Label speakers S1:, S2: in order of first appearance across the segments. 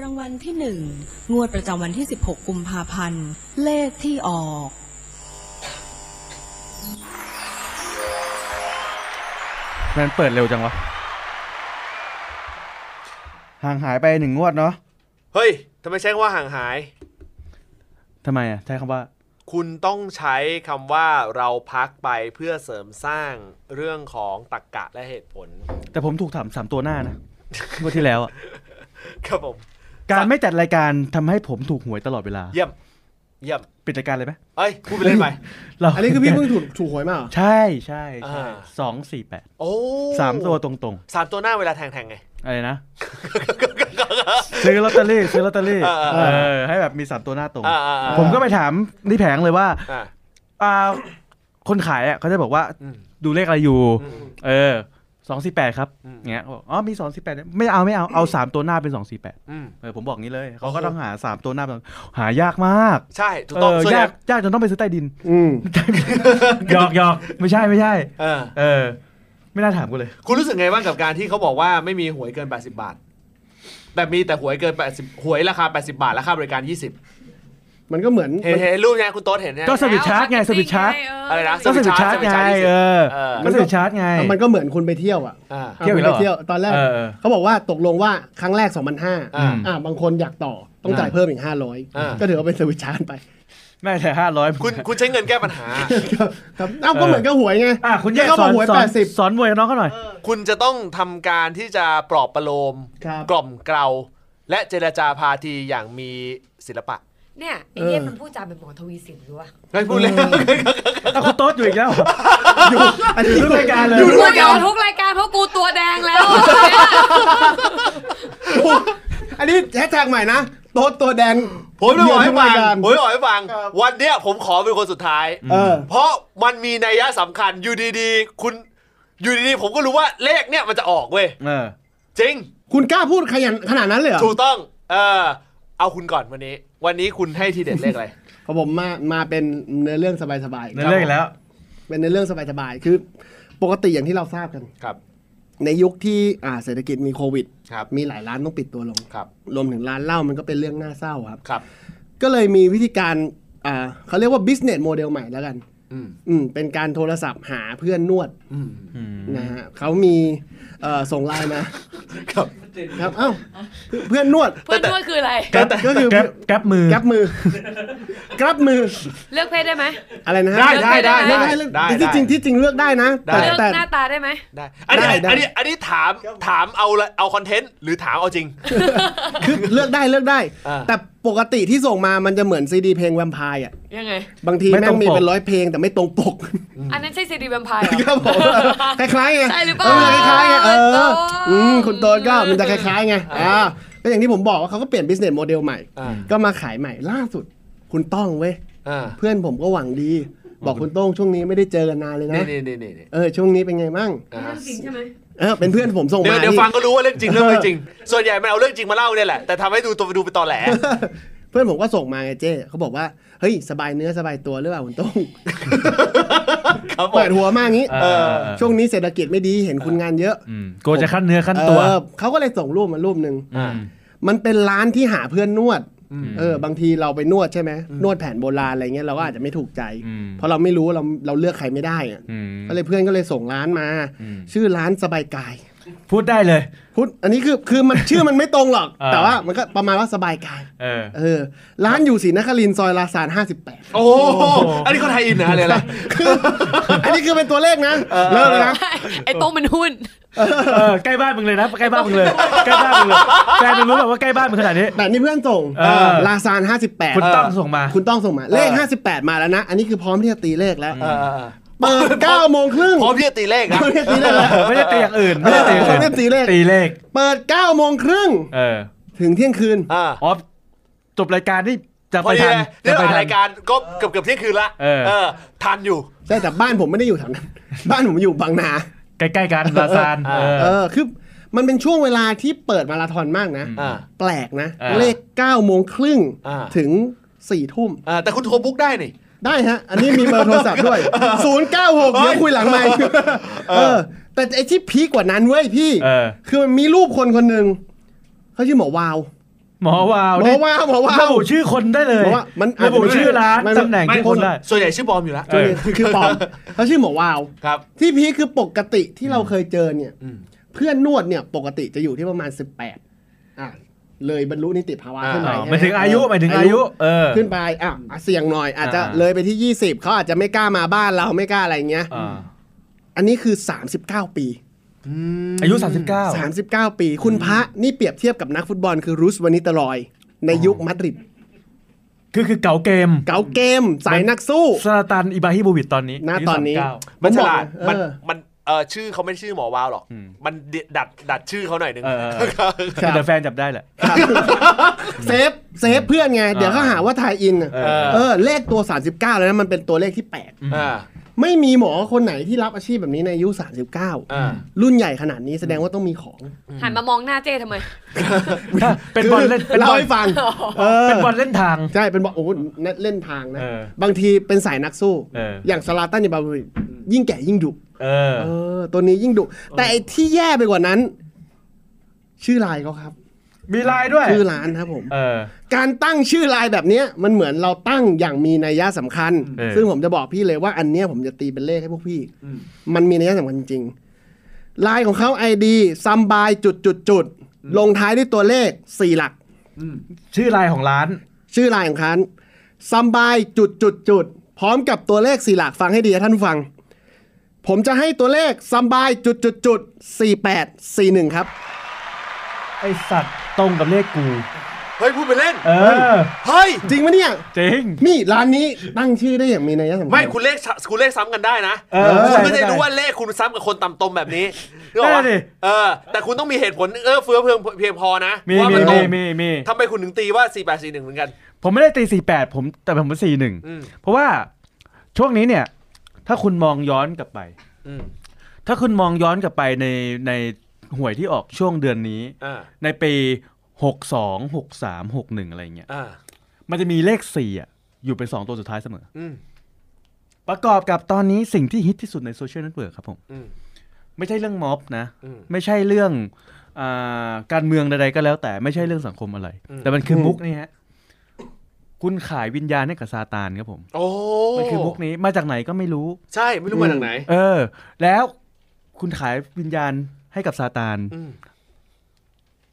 S1: รางวัลที่หนึ่งงวดประจำวันที่ 16 กุมภาพันธ์ เลขที่ออก
S2: แมนเปิดเร็วจังวะ
S3: ห่างหายไปหนึ่งงวดเนาะ
S4: เฮ้ย ทำไมใช้คำว่าห่างหาย
S2: ทำไมอ่ะ ใช้คำว่า
S4: คุณต้องใช้คำว่าเราพักไปเพื่อเสริมสร้างเรื่องของตรรกะและเหตุผล
S2: แต่ผมถูกถามสามตัวหน้านะ งวดที่แล้วอ่ะ
S4: ครับผม
S2: การไม่จัดรายการทำให้ผมถูกหวยตลอดเวลา
S4: เยี่ยม เยี่ยม
S2: ปิดรายการเลยไหม
S4: เอ้ย พูดไปเล่นไป
S2: เรา
S5: อันนี้คือพี่เพิ่งถูกถูกหวยมาเหรอ
S2: ใช่ใช่ใช่
S4: อ่า
S2: สองสี่แปด
S4: โอ้
S2: สามตัวตรง
S4: สามตัวหน้าเวลาแทงแทงไง
S2: ๆ อะไรนะ ซื้อลอตเตอรี่ซื้อลอตเตอรี่
S4: อ่า
S2: เอ
S4: อ่า
S2: อให้แบบมีสามตัวหน้าตรง
S4: อ่าอ่าอ่า
S2: ผมก็ไปถามนี่แผงเลยว่า
S4: อ่า
S2: อ่า คนขายอ่ะเขาจะบอกว่า
S4: อืม
S2: ดูเลขอะไรอยู่
S4: อืม
S2: เออสองสี่แปดครับ
S4: อืม
S2: เงี้ยเขาบอกอ๋อมีสองสี่แปดไม่เอาไม่เอาเอาสามตัวหน้าเป็นสองสี่แปด
S4: อืม
S2: เออผมบอกงี้เลยเขา
S4: โอ้
S2: ก็
S4: โห
S2: ต้องหาสามตัวหน้าเป็นหายากมาก
S4: ใช่ ถูก
S2: เอ
S4: ต้อง
S2: อ
S4: ส่วนให
S2: ยา
S4: ญ่
S2: กยากจนต้องไปซื้อใต้ดิ น
S5: อืม
S2: หยอกหยอกไม่ใช่ไม่ใช่
S4: เออ
S2: เออ ไม่น่าถามกูเลย
S4: คุณรู้สึกไงบ้างกับการที่เขาบอกว่าไม่มีหวยเกิน 80 บาท แบบมีแต่หวยเกิน 80 หวยราคา 80 บาท ราคาบริการ 20
S5: มันก็เหมือน
S4: เห็นเห็นรูปไงคุณโต๊ดเห็นไง
S2: ก็สวิตช์ชาร์จไงสวิตช์ชาร์จ
S4: อะไรนะ
S2: ก็สวิตช์ชาร์จไงเออ
S4: เออ
S2: ก็สวิตช์ชาร์จไง
S5: มันก็เหมือนคุณไปเที่ยวอ่ะ
S4: อ่า
S2: เที่ยวอีกแล้วเหรอ
S5: ไปเที่ยวตอนแรก
S2: เออเออ
S5: เขาบอกว่าตกลงว่าครั้งแรก 2,500
S4: อ่า
S5: อ่าบางคนอยากต่อต้องจ่ายเพิ่มอีก
S4: อ่า
S5: 500 ก็ถือว่าเป็นสวิตช์ชาร์จไป
S2: ไม่แต่ห้าร้อย
S4: คุณคุณใช้เงินแก้ปัญห า
S5: ครับเอ้าก็เหมือนกับหวยไง
S2: อ่ะคุณแยก
S5: ก็
S2: ส
S5: บ
S2: อ
S5: อน กหวย
S2: สอน
S5: 80
S2: สอนมวยกับน้องเขาหน่อย
S4: คุณจะต้องทำการที่จะปลอบประโลม
S5: ครับ
S4: กล่อมเกลาและเจรจาพาทีอย่างมีศิลปะ
S6: เนี่ยไอ้เยี่ย
S5: เออ
S6: มันพูดจาเป็นหมอทวีสินหรือวะ
S4: ไม่พูดเลย
S2: แต่คุณโต๊ดอยู่อีกแล้ว
S5: อยู่อันนี้
S2: อยู่ร่วมรายการเลย
S5: อยู่
S6: กู
S5: ด้วย
S6: อ
S5: กั
S6: ยู่
S5: น
S6: ทุกรายการเพราะกูตัวแดงแล้ว
S5: อันนี้แฮชแท็กใหม่นะโต๊ะตัวแดง
S4: ผมจะบอกให้ฟัง
S5: อยู่ทุกรายการ
S4: ผมจะบอกให้ฟัง วันเนี้ยผมขอเป็นคนสุดท้าย
S5: เออ
S4: เพราะมันมีนัยยะสำคัญอยู่ดีๆ คุณอยู่ดีๆ ผมก็รู้ว่าเลขเนี่ยมันจะออกเว้ย
S2: เออ
S4: จริง
S5: คุณกล้าพูดขยันขนาดนั้นเลยเหรอ
S4: ถูกต้อง เออเอาคุณก่อนวันนี้ วันนี้คุณให้ทีเด็ดเลขอะไร
S5: ของผมมามาเป็นเนื้อเรื่องสบายๆ
S2: ในเรื่องอีกแล้ว
S5: เป็นเนื้อเรื่องสบายๆคือ ปกติอย่างที่เราทราบกัน
S4: ครับ
S5: ในยุคที่อ่าเศรษฐกิจมีโควิด
S4: ครับ
S5: มีหลายร้านต้องปิดตัวลง
S4: ครับ
S5: รวมถึงร้านเหล้ามันก็เป็นเรื่องน่าเศร้าครับ
S4: ครับ
S5: ก็เลยมีวิธีการอ่าเขาเรียกว่า business model ใหม่แล้วกัน
S4: อืม
S5: อืมเป็นการโทรศัพท์หาเพื่อนนวด
S4: อืม
S5: นะฮะเขามีเอ่อส่งไลน์มา
S4: ครับ
S5: ครับเอ้าเพื่อนนวด
S6: เพื่อนด้วยคืออะไร
S5: ก็ก็คือ
S2: แก๊บแก๊บมือ
S5: แกรับมือแกรับมือ
S6: เลือกเพศได้ไหม
S5: อะไรนะฮะ
S4: ได้ได้ได้
S5: เลื
S4: ได้ได้
S5: อกได้เลือก
S4: ได้
S5: ที่จริงที่จริงเลือกได้นะ แต่
S4: ได้
S6: เลือก
S5: แต่
S6: หน้าตาได้ไหม
S4: ได้อันนี้
S5: ได้
S4: อันนี้อันนี้ถามถามเอาละเอาคอนเทนต์หรือถามเอาจริง
S5: คือเลือกได้เลือกได้
S4: อ่า
S5: แต่ปกติที่ส่งมามันจะเหมือนซีดีเพลงแวมไพร์อ่ะ
S6: ยังไง
S5: บางที
S2: ไม่
S5: แม่
S2: ตรง
S5: ง
S2: ปก
S5: มีเป็นร้อยเพลงแต่ไม่ตรงป ก
S6: อันนั้นใช่ซีดีแวมไพร์
S5: ครับผมคล้ายๆไง
S6: ใช่หรือเปล่า
S5: คล้ายๆไงเอ
S6: โต้
S5: อน อืมคุณโตนก็มันจะคล้ายๆไงอ่าก็อย่างที่ผมบอกว่าเขาก็เปลี่ยน business model ใหม่
S4: อ่า
S5: ก็มาขายใหม่ล่าสุด คุณต้องเว้ย
S4: อ่า
S5: เพื่อนผมก็หวังดี บอกคุณโต้งช่วงนี้ไม่ได้เจอกันนานเลยนะ
S4: นี่นี่นี่นี่นี่
S5: เออช่วงนี้เป็นไงมั่ง
S4: อ่า
S6: เรื่องจริงใช่ไหม
S5: เออเป็นเพื่อนผมส่ง
S4: เดี๋ยว
S5: มา
S4: เดี๋ยว
S5: นี่
S4: ฟังก็รู้ว่าเรื่องจริงเรื่องไม่ จริง ส่วนใหญ่มันเอาเรื่องจริงมาเล่าเนี่ยแหละ แต่ทำให้ดูตัวดูไปนตอแหล
S5: เพื่อนผมก็ส่งมาไงเจ้เขาบอกว่าเฮ้ยสบายเนื้อสบายตัวหรือเปล่าคุณโต้ง
S4: ครับผ
S5: เปิ
S4: ม
S5: ดหัวมาอย่างงี้
S2: เออเออ
S5: ช่วงนี้เศรษฐกิจไม่ดีเห็นคุณงานเยอะ
S2: อืมกลัวจะขั้นเนื้อขั้นตัว
S5: เออเขาก็เลยส่งรูปมารูปหนึ่ง
S4: อ่า
S5: มันเป็นร้านที่หาเพื่อนนวด
S4: อืม
S5: เออ บางทีเราไปนวดใช่ไหม นวดแผนโบราณอะไรเงี้ยเราก็อาจจะไม่ถูกใจ
S2: อืม
S5: เพราะเราไม่รู้เราเราเลือกใครไม่ได้อะ
S2: อืม
S5: ก็เลยเพื่อนก็เลยส่งร้านมา ชื่อร้านสบายกาย
S2: พูดได้เลย
S5: พุทธอันนี้คือคือมัน ชื่อมันไม่ตรงหรอก
S2: เออ
S5: แต่ว่ามันก็ประมาณว่าสบายกาย
S2: เออ
S5: เออ ร้านอยู่ศรีนครินทร์ซอยลาซานห้าสิบแปด
S4: โอ้โหอันนี้เขาไทยอินนะเลย ละ
S5: คือ อันนี้คือเป็นตัวเลขนะเริ่มเลยนะ
S6: ไอ้โต้งมันหุ้น
S2: เออใกล้บ้านมึงเลยนะใกล้บ้านมึงเลยใกล้บ้านมึงเลยแฟนมึงรู้แบบว่าใกล้บ้านมึงขนาดนี้
S5: แต่นี่เพื่อนส่ง
S2: เออ
S5: ลาซานห้าสิบแปด
S2: คุณต้องส่งมา
S5: คุณต้องส่งมา เลข
S4: เออ
S5: ห้าสิบแปดมาแล้วนะ อันนี้คือพร้อมที่จะตีเลขแล้ว
S4: เออเออเออ
S5: เปิดเก้าโมงครึ่ง
S4: พร้อมที่จะตีเลขนะ
S5: พร้อมที่จะตีเลขแล้ว
S2: ไม่ได้ตีอย่างอื่นไม่ได้ตีอย่างอื่น
S5: ไม่ได้ตีเลข
S2: ตีเลข
S5: เปิด9โมงครึ่ง
S2: เออ
S5: ถึงเที่ยงคืน
S4: อ่า
S2: อ๋อจบรายการนี่จะ
S4: พ
S2: ไป
S4: อดี
S2: ทัน
S4: เลยเรื่
S2: จะ
S4: อง
S2: ไปทัน
S4: รายการก็เกือบเกือบเที่ยงคืนละ
S2: เออ
S4: ทันอยู่
S5: ใช่แต่บ้านผมไม่ได้อยู่แถวนั้น บ้านผมอยู่บางนา
S2: ใกล้ๆกันลาซานเออ
S5: เออคือมันเป็นช่วงเวลาที่เปิดมาราธอนมากนะ
S4: อ่า
S5: แปลกนะ
S2: อ่า
S5: เลข9โมงครึ่ง
S4: อ่า
S5: ถึง4ทุ่ม
S4: อ่าแต่คุณโทรบุ๊กได้นี่
S5: ได้ฮะ อันนี้มีเบอร์โทรศัพท์ด้วย 096เดี๋ยวคุยหลังไมค์เออ แต่ไอ้ที่พีกกว่านั้นเว้ยพี่
S2: เออ
S5: คือมันมีรูปคนคนหนึ่งเขาชื่อหมอวาว
S2: หมอวาว
S5: หมอ
S2: นี่
S5: ว่าหมอว่า
S2: ระบุชื่อคนได้เลย
S5: หมอวาวมัน
S2: ระบุชื่อร้าน
S5: ไม่
S2: ตำแหน่งที่คนได้
S4: ส่วนใหญ่ชื่อปลอมอยู่แล้ว
S2: เออ
S5: คือปลอมเขาชื่อหมอวาว
S4: ครับ
S5: ที่พีคคือปกติที่เราเคยเจอเนี่ย
S4: อืม
S5: เพื่อนนวดเนี่ยปกติจะอยู่ที่ประมาณ 18อ่ะเลยบรรลุนิติภาวะ
S4: อ่า
S5: ขึ้นไป
S2: อ๋อหมายถึงอายุหมายถึงอายุ เออ
S5: ขึ้นไปอ่ะอ่ะเสี่ยงหน่อยอาจจะ
S2: อ่า
S5: เลยไปที่ 20 เขาอาจจะไม่กล้ามาบ้านเราไม่กล้าอะไรเงี้ย
S2: อ่า
S5: อันนี้คือ 39 ปี
S2: อายุ 39
S5: 39 ปี คุณพระนี่เปรียบเทียบกับนักฟุตบอลคือรูสวานิตรอย ในยุคมาดริด
S2: คือคือเก่าเกม
S5: เก๋าเกม สายนักสู้
S2: ซาตันอิบราฮิโบวิชตอนนี้
S5: ณตอนนี้
S2: ายุ39
S4: มันฉลาด
S5: ผ
S4: มัน
S5: บอกเออ
S4: มันเออชื่อเขาไม่ได้ชื่อหมอวาวหรอก มันดัดดัดชื่อเขาหน่อยหนึง
S2: เออเออ
S4: ครับ
S5: ครับ
S2: แต่แฟนจับได้แหละ
S5: เซฟเซฟเพื่อนไง เดี๋ยวเขาหาว่าทายอินอะ
S2: เอ
S5: เออ เลขตัว 39 แล้วนะมันเป็นตัวเลขที่แปด
S4: อ่า
S5: ไม่มีหมอคนไหนที่รับอาชีพแบบนี้ในอายุ
S4: อ่า
S5: 39 รุ่นใหญ่ขนาดนี้แสดงว่าต้องมีของ
S6: หันมามองหน้าเจ้ทำไม
S2: ถ้าเป็นบอลเล่น
S5: คือ
S2: เป็นบ
S5: เล่า
S2: อล
S5: ให้ฟังเออ
S2: เป็นบอลเล่นทาง
S5: ใช่ เป็นบอลโอ้โหเล่นทางนะ
S2: เออบ
S5: างทีเป็นสายนักสู้
S2: เออ
S5: อ
S2: อ
S5: ย่างสลาตันยาบาวิชยิ่งแก่ยิ่งดุ
S2: เออ
S5: เออ ตัวนี้ยิ่งดุ แต่ไอ้ที่แย่ไปกว่านั้น ชื่อไลน์เขาครับ
S2: มีลายด้วย
S5: ชื่อร้านครับผม
S2: เออ
S5: การตั้งชื่อไลน์แบบเนี้ยมันเหมือนเราตั้งอย่างมีนัยยะสำคัญ
S2: เออ
S5: ซึ่งผมจะบอกพี่เลยว่าอันเนี้ยผมจะตีเป็นเลขให้พวกพี่
S4: อืม
S5: มันมีนัยยะสำคัญจริงๆไลน์ของเขาไอดีซัมบายจุดจุดจุดลงท้ายด้วยตัวเลขสี่หลัก
S4: อืม
S2: ชื่อลายของร้าน
S5: ชื่อไลน์ของเขาซัมบายจุดจุดจุดพร้อมกับตัวเลขสี่หลักฟังให้ดีนะท่านผู้ฟัง ผมจะให้ตัวเลขซัมบายจุดจุดจุดสี่แปดสี่หนึ่งครับ
S2: ไอสัตว์ตรงกับเลขกู
S4: เฮ้ยพูดไปเล่น
S2: เออ
S4: เฮ้ย
S5: จริงไหมเนี่ย
S2: จริง
S5: นี่ร้านนี้ตั้งชื่อได้อย่างมีนัยยะสำคัญ
S4: ไม่คุณเลขซ้ำคุณเลขซ้ำกันได้นะ
S2: เออ
S4: คุณไม่ได้
S2: ได้
S4: รู้ว่าเลขคุณซ้ำกับคนต่ำตมแบบนี้นึกออกปะ
S2: ได้ดิ
S4: เออ แต่คุณต้องมีเหตุผลเออเฟื้อเพียงเพียงพอนะ
S2: มี
S4: ว่า
S2: มี
S4: นต
S2: มี
S4: รง
S2: มีมี
S4: ทำไมคุณถึงตีว่า 4841 เหมือนกัน
S2: ผมไม่ได้ตี 48 ผมแต่ผมสี่หนึ่ง
S4: อืม
S2: เพราะว่าช่วงนี้เนี่ย ถ้าคุณมองย้อนกลับไป
S4: อืม
S2: ถ้าคุณมองย้อนกลับไปในในหวยที่ออกช่วงเดือนนี้
S4: อ่า
S2: ในปีหกสองหกสามหกหนึ่งอะไรเงี้ย
S4: อ่า
S2: มันจะมีเลขสี่อ่ะ อยู่เป็นสองตัวสุดท้ายเสมอ
S4: อืม
S2: ประกอบกับตอนนี้สิ่งที่ฮิตที่สุดในโซเชียลเน็ตเวิร์กครับผม
S4: อืม
S2: ไม่ใช่เรื่องม็อบนะ
S4: อืม
S2: ไม่ใช่เรื่องอาการเมืองใดๆก็แล้วแต่ไม่ใช่เรื่องสังคมอะไร
S4: อืม
S2: แต่มันคืออ
S5: ม
S2: มุกนี่ฮะ คุณขายวิญญาณให้กับซาตานครับผม
S4: โอ้
S2: มันคือมุกนี้มาจากไหนก็ไม่รู้
S4: ใช่ไม่รู้มาจากไหน
S2: เออ แล้วคุณขายวิญญาณให้กับซาตาน
S4: อืม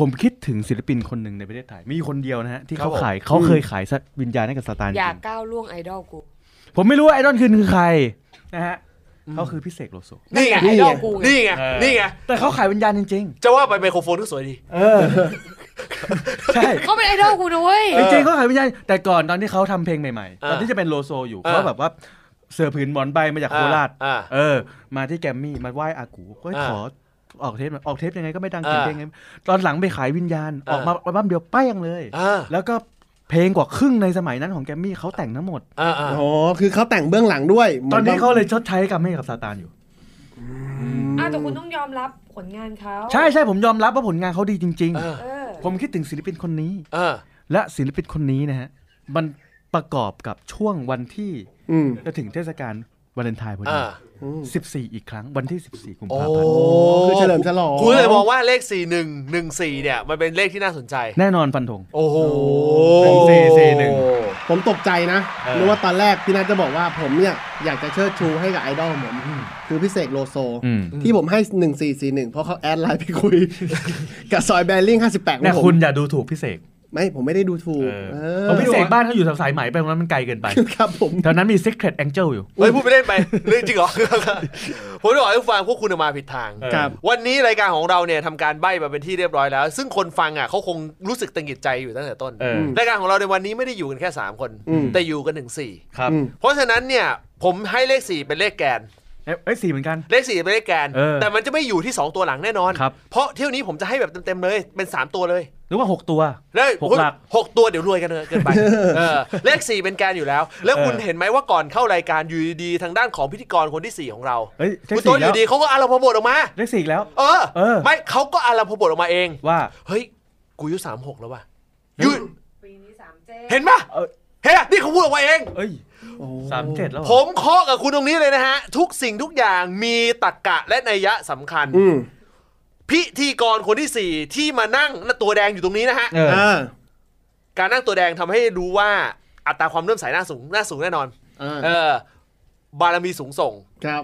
S2: ผมคิดถึงศิลปินคนหนึ่งในประเทศไทยมีคนเดียวนะฮะที่
S4: ครับ
S2: เขา
S4: ผม
S2: ขายเขาเคยขายวิญญาณให้กับซาตานจ
S6: อย่า
S2: ริง
S6: ก้าวล่วงไอดอลกู
S2: ๆผมไม่รู้ว่าไอดอลคืนคือใครนะฮะเขาคือพี่เสกโลโซ
S4: นี่ไง
S6: ไอดอลกูไง
S4: นี่ไงนี่ไง
S2: แต่เขาขายวิญญาณจริง
S4: จะว่าไปไมโครโฟนก็สวยดี
S2: ๆ เออ ใช่
S6: เขาเป็นไอดอลกูนะเว้ย
S2: จริงๆเขาขายวิญญาณ แต่ก่อนตอนที่เขาทำเพลงใหม่ๆ ตอนที่จะเป็นโลโซอยู่
S4: อ่า
S2: เขาแบบว่าเสือผืนหมอนใบมาจากโคราช
S4: อ่า
S2: เออ มาที่แกรมมี่มาไหว้อากูก็ให้
S4: อ่า
S2: ขอออกเทปหน่อยออกเทปยังไงก็ไม่ดัง
S4: อ่า
S2: เขียนเพลงไงตอนหลังไปขายวิญญาณ
S4: อ่า
S2: ออกมาอัลบั้มเดียวเป้ยงเลย
S4: อ่า
S2: แล้วก็เพลงกว่าครึ่งในสมัยนั้นของแกรมมี่เขาแต่งทั้งหมด
S4: อ่าอ่า
S5: อ๋อคือเขาแต่งเบื้องหลังด้วย
S2: ตอนนี้เขาเลยชดใช้กรรมให้กับซาตานอยู่
S6: อ่ะแต่คุณต้องยอมรับผลงานเขา
S2: ใช่ใช่ผมยอมรับว่าผลงานเขาดีจริง
S4: อ่า
S6: เออ
S2: ๆ ผมคิดถึงศิลปินคนนี้
S4: อ่า
S2: และศิลปินคนนี้นะฮะ มันประกอบกับช่วงวันที่
S5: อืม
S2: จะถึงเทศกาลวาเลนไทน์พอดี
S4: อ่า
S2: 14 อีกครั้งวันที่ 14 กุม
S4: โอ้
S2: ภาพันธ์
S5: คือเฉลิมฉลอง
S4: คุณเลยมองว่าเลข 4114 เนี่ย มันเป็นเลขที่น่าสนใจ
S2: แน่นอนฟันธง
S4: โอ้โห
S2: หนึ่งสี่สี่หนึ่ง
S5: ผมตกใจนะ
S2: เออ
S5: รู้ว่าตอนแรกพี่นัทจะบอกว่าผมเนี่ยอยากจะเชิดชูให้กับไอดอลผม คือพี่เสกโลโซ
S2: อืม
S5: ที่ผมให้ 1441 เพราะเขาแอดไลน์ไปคุ ย กับซอยแบริ่ง58ข
S2: เนี่
S5: อย งผม
S2: คุณอย่าดูถูกพิเศษ
S5: ไม่ผมไม่ได้ดูถูกเออ
S2: ผมพิเศษบ้านเขาอยู่สายไหมไปตรงนั้นมันไกลเกินไป
S5: ครับผม
S2: แถวนั้นมี Secret Angel อยู่
S4: เฮ้ยพูดไปเล่นไปเรื่องจริงเหรอ ผมจะบอกให้ฟังพวกคุณน่ะมาผิดทาง
S5: ครับ
S4: วันนี้รายการของเราเนี่ยทำการใบ้มาเป็นที่เรียบร้อยแล้ว ซึ่งคนฟังอ่ะเขาคงรู้สึกตึงหิดใจอยู่ตั้งแต่ต้น
S2: เออ
S4: รายการของเราในวันนี้ไม่ได้อยู่กันแค่ 3 คน
S5: อืม
S4: แต่อยู่กันถึงสี่
S2: ครับ
S5: อืม
S4: เพราะฉะนั้นเนี่ยผมให้เลข 4 เป็นเลขแกน
S2: เอ้ยเอ้ยสีเหมือนกัน
S4: เลข4เป็นเลขแกน
S2: เออ
S4: แต่มันจะไม่อยู่ที่ 2 ตัวหลังแน่นอน
S2: ครับ
S4: เพราะเที่ยวนี้ผมจะให้แบบเต็มๆเลยเป็น 3 ตัวเลย
S2: หรือว่า 6 ตัว
S4: ได้
S2: หกหลัก
S4: หกตัวเดี๋ยวรวยกันเลยเกินไป เออเลข 4 เป็นแกนอยู่แล้ว แล้วคุณ
S2: เออ
S4: เห็นไหมว่าก่อนเข้ารายการอยู่ดีๆทางด้านของพิธีกรคนทีสี่4 ของเรา
S2: เอ้ยเล
S4: คุ
S2: ข
S4: ณโต้
S2: สี่
S4: นอ
S2: แล้ว
S4: ยู่ดีเขาก็อาราพบทออกมา
S2: เลขสี่อีกแล้ว
S4: เออ
S2: เออ
S4: ไม่เขาก็อาราพบทออกมาเอง
S2: ว่า
S4: เฮ้ย กูอายุสามหกแล้วว่ะอยู
S6: ปีนี้สามเจ๊
S4: เห็นป่ะ
S2: เออ
S4: เฮ้ยนี่เขาพูดออกมาเอง
S2: เอ้ยสามเจ็ดแล้วเหรอ
S4: ผมเคาะกับคุณตรงนี้เลยนะฮะ ทุกสิ่งทุกอย่างมีตรรกะและนัยยะสำคัญ
S5: อืม
S4: พิธีกรคนที่สี่ที่มานั่งและตัวแดงอยู่ตรงนี้นะฮะ
S2: เออ
S5: เออ
S4: การนั่งตัวแดงทำให้รู้ว่าอัตราความเลื่อมใสหน้าสูงหน้าสูงแน่นอน
S5: เออ
S4: เออบารมีสูงส่ง
S5: ครับ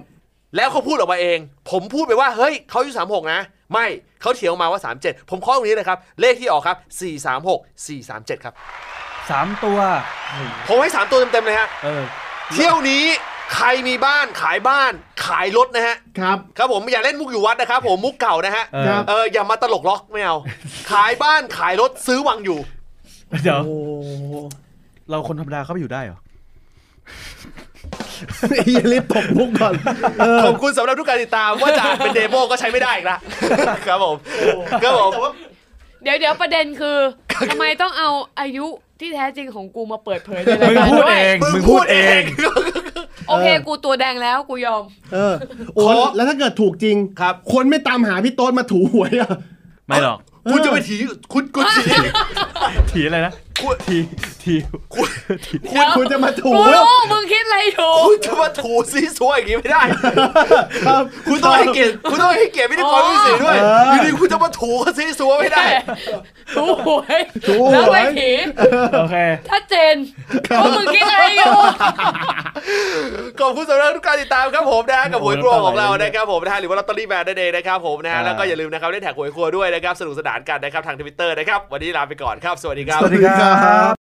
S4: แล้วเขาพูดออกมาเอง ผมพูดไปว่าเฮ้ยเขาอายุ36 นะ ไม่เขาเถียงมาว่า 37 ผมข้อตรงนี้เลยครับ เลขที่ออกครับ 436 437 ครับ
S2: สามตัว
S4: ผมให้ 3 ตัวเต็มๆเลยฮะ
S2: เออ
S4: เที่ยวนี้ใครมีบ้านขายบ้านขายรถนะฮะ
S5: ครับ
S4: ครับผมอย่าเล่นมุกอยู่วัดนะครับผมมุกเก่านะฮะ
S2: เออ
S5: ครับ
S4: เอออย่ามาตลกล็อกไม่เอา ขายบ้านขายรถซื้อวังอยู่
S2: เดี๋ยว
S5: โอ้
S2: เราคนธรรมดาเข้าไปอยู่ได้เหรอ
S5: ยาลิปตบมุกก่อนเออ
S4: ขอบคุณสำหรับทุกการติดตามว่าจะอ่านเป็นเดโมก็ใช้ไม่ได้อีกละ ครับผมครับผม
S6: เดี๋ยวเดี๋ยวประเด็นคือทำไมต้องเอาอายุที่แท้จริงของกูมาเปิดเผยในรายการด้วย
S4: มึงพูดเอง
S6: โอเค
S5: เออ
S6: กูตัวแดงแล้วกูยอม
S5: เออโอ้ย
S4: ขอ
S5: แล้วถ้าเกิดถูกจริง
S4: ครับ
S5: คนไม่ตามหาพี่โต๊ดมาถูหวยอ่ะ
S2: ไม่หรอก
S4: คุณจะไปถีคุณคุณถี
S2: ถีอะไรนะ
S4: กู
S2: ถีถีถี
S5: คุณคุณจะมาถู
S6: กูรู้ มึงคิดอะไรอยู่
S4: คุณจะมาถูซีซัวอย่างนี้ไม่ได้
S5: ครับ
S4: คุณต้องให้เกียรติคุณต้องให้เกียรติพิธีกรพิเศษด้วย
S5: เออ
S4: อยู่ดีคุณจะมาถูเขาซีซัวไม่ ได้
S6: ถูกหวย
S5: ถูกหวย
S6: แล้วไม่ผี
S2: โอเค
S6: ถ้าเจนว่ามึงคิดอะไรอยู่
S4: ขอบคุณสำหรับทุกการติดตามครับผมนะฮะกับหวยครัว
S2: โอ้โห
S4: ของเรา
S2: น้ำตาไหล
S4: นะครับผมนะฮะหรือว่าลอตเตอรี่แมนนั่นเองนะครับผมนะฮะ
S2: อ่า
S4: แล้วก็อย่าลืมนะครับเล่นแท็กหวยครัวด้วยนะครับสนุกสนานกันนะครับทางทวิตเตอร์นะครับวันนี้ลาไปก่อนครับสวัสดีครับ
S2: สวัสดีครับ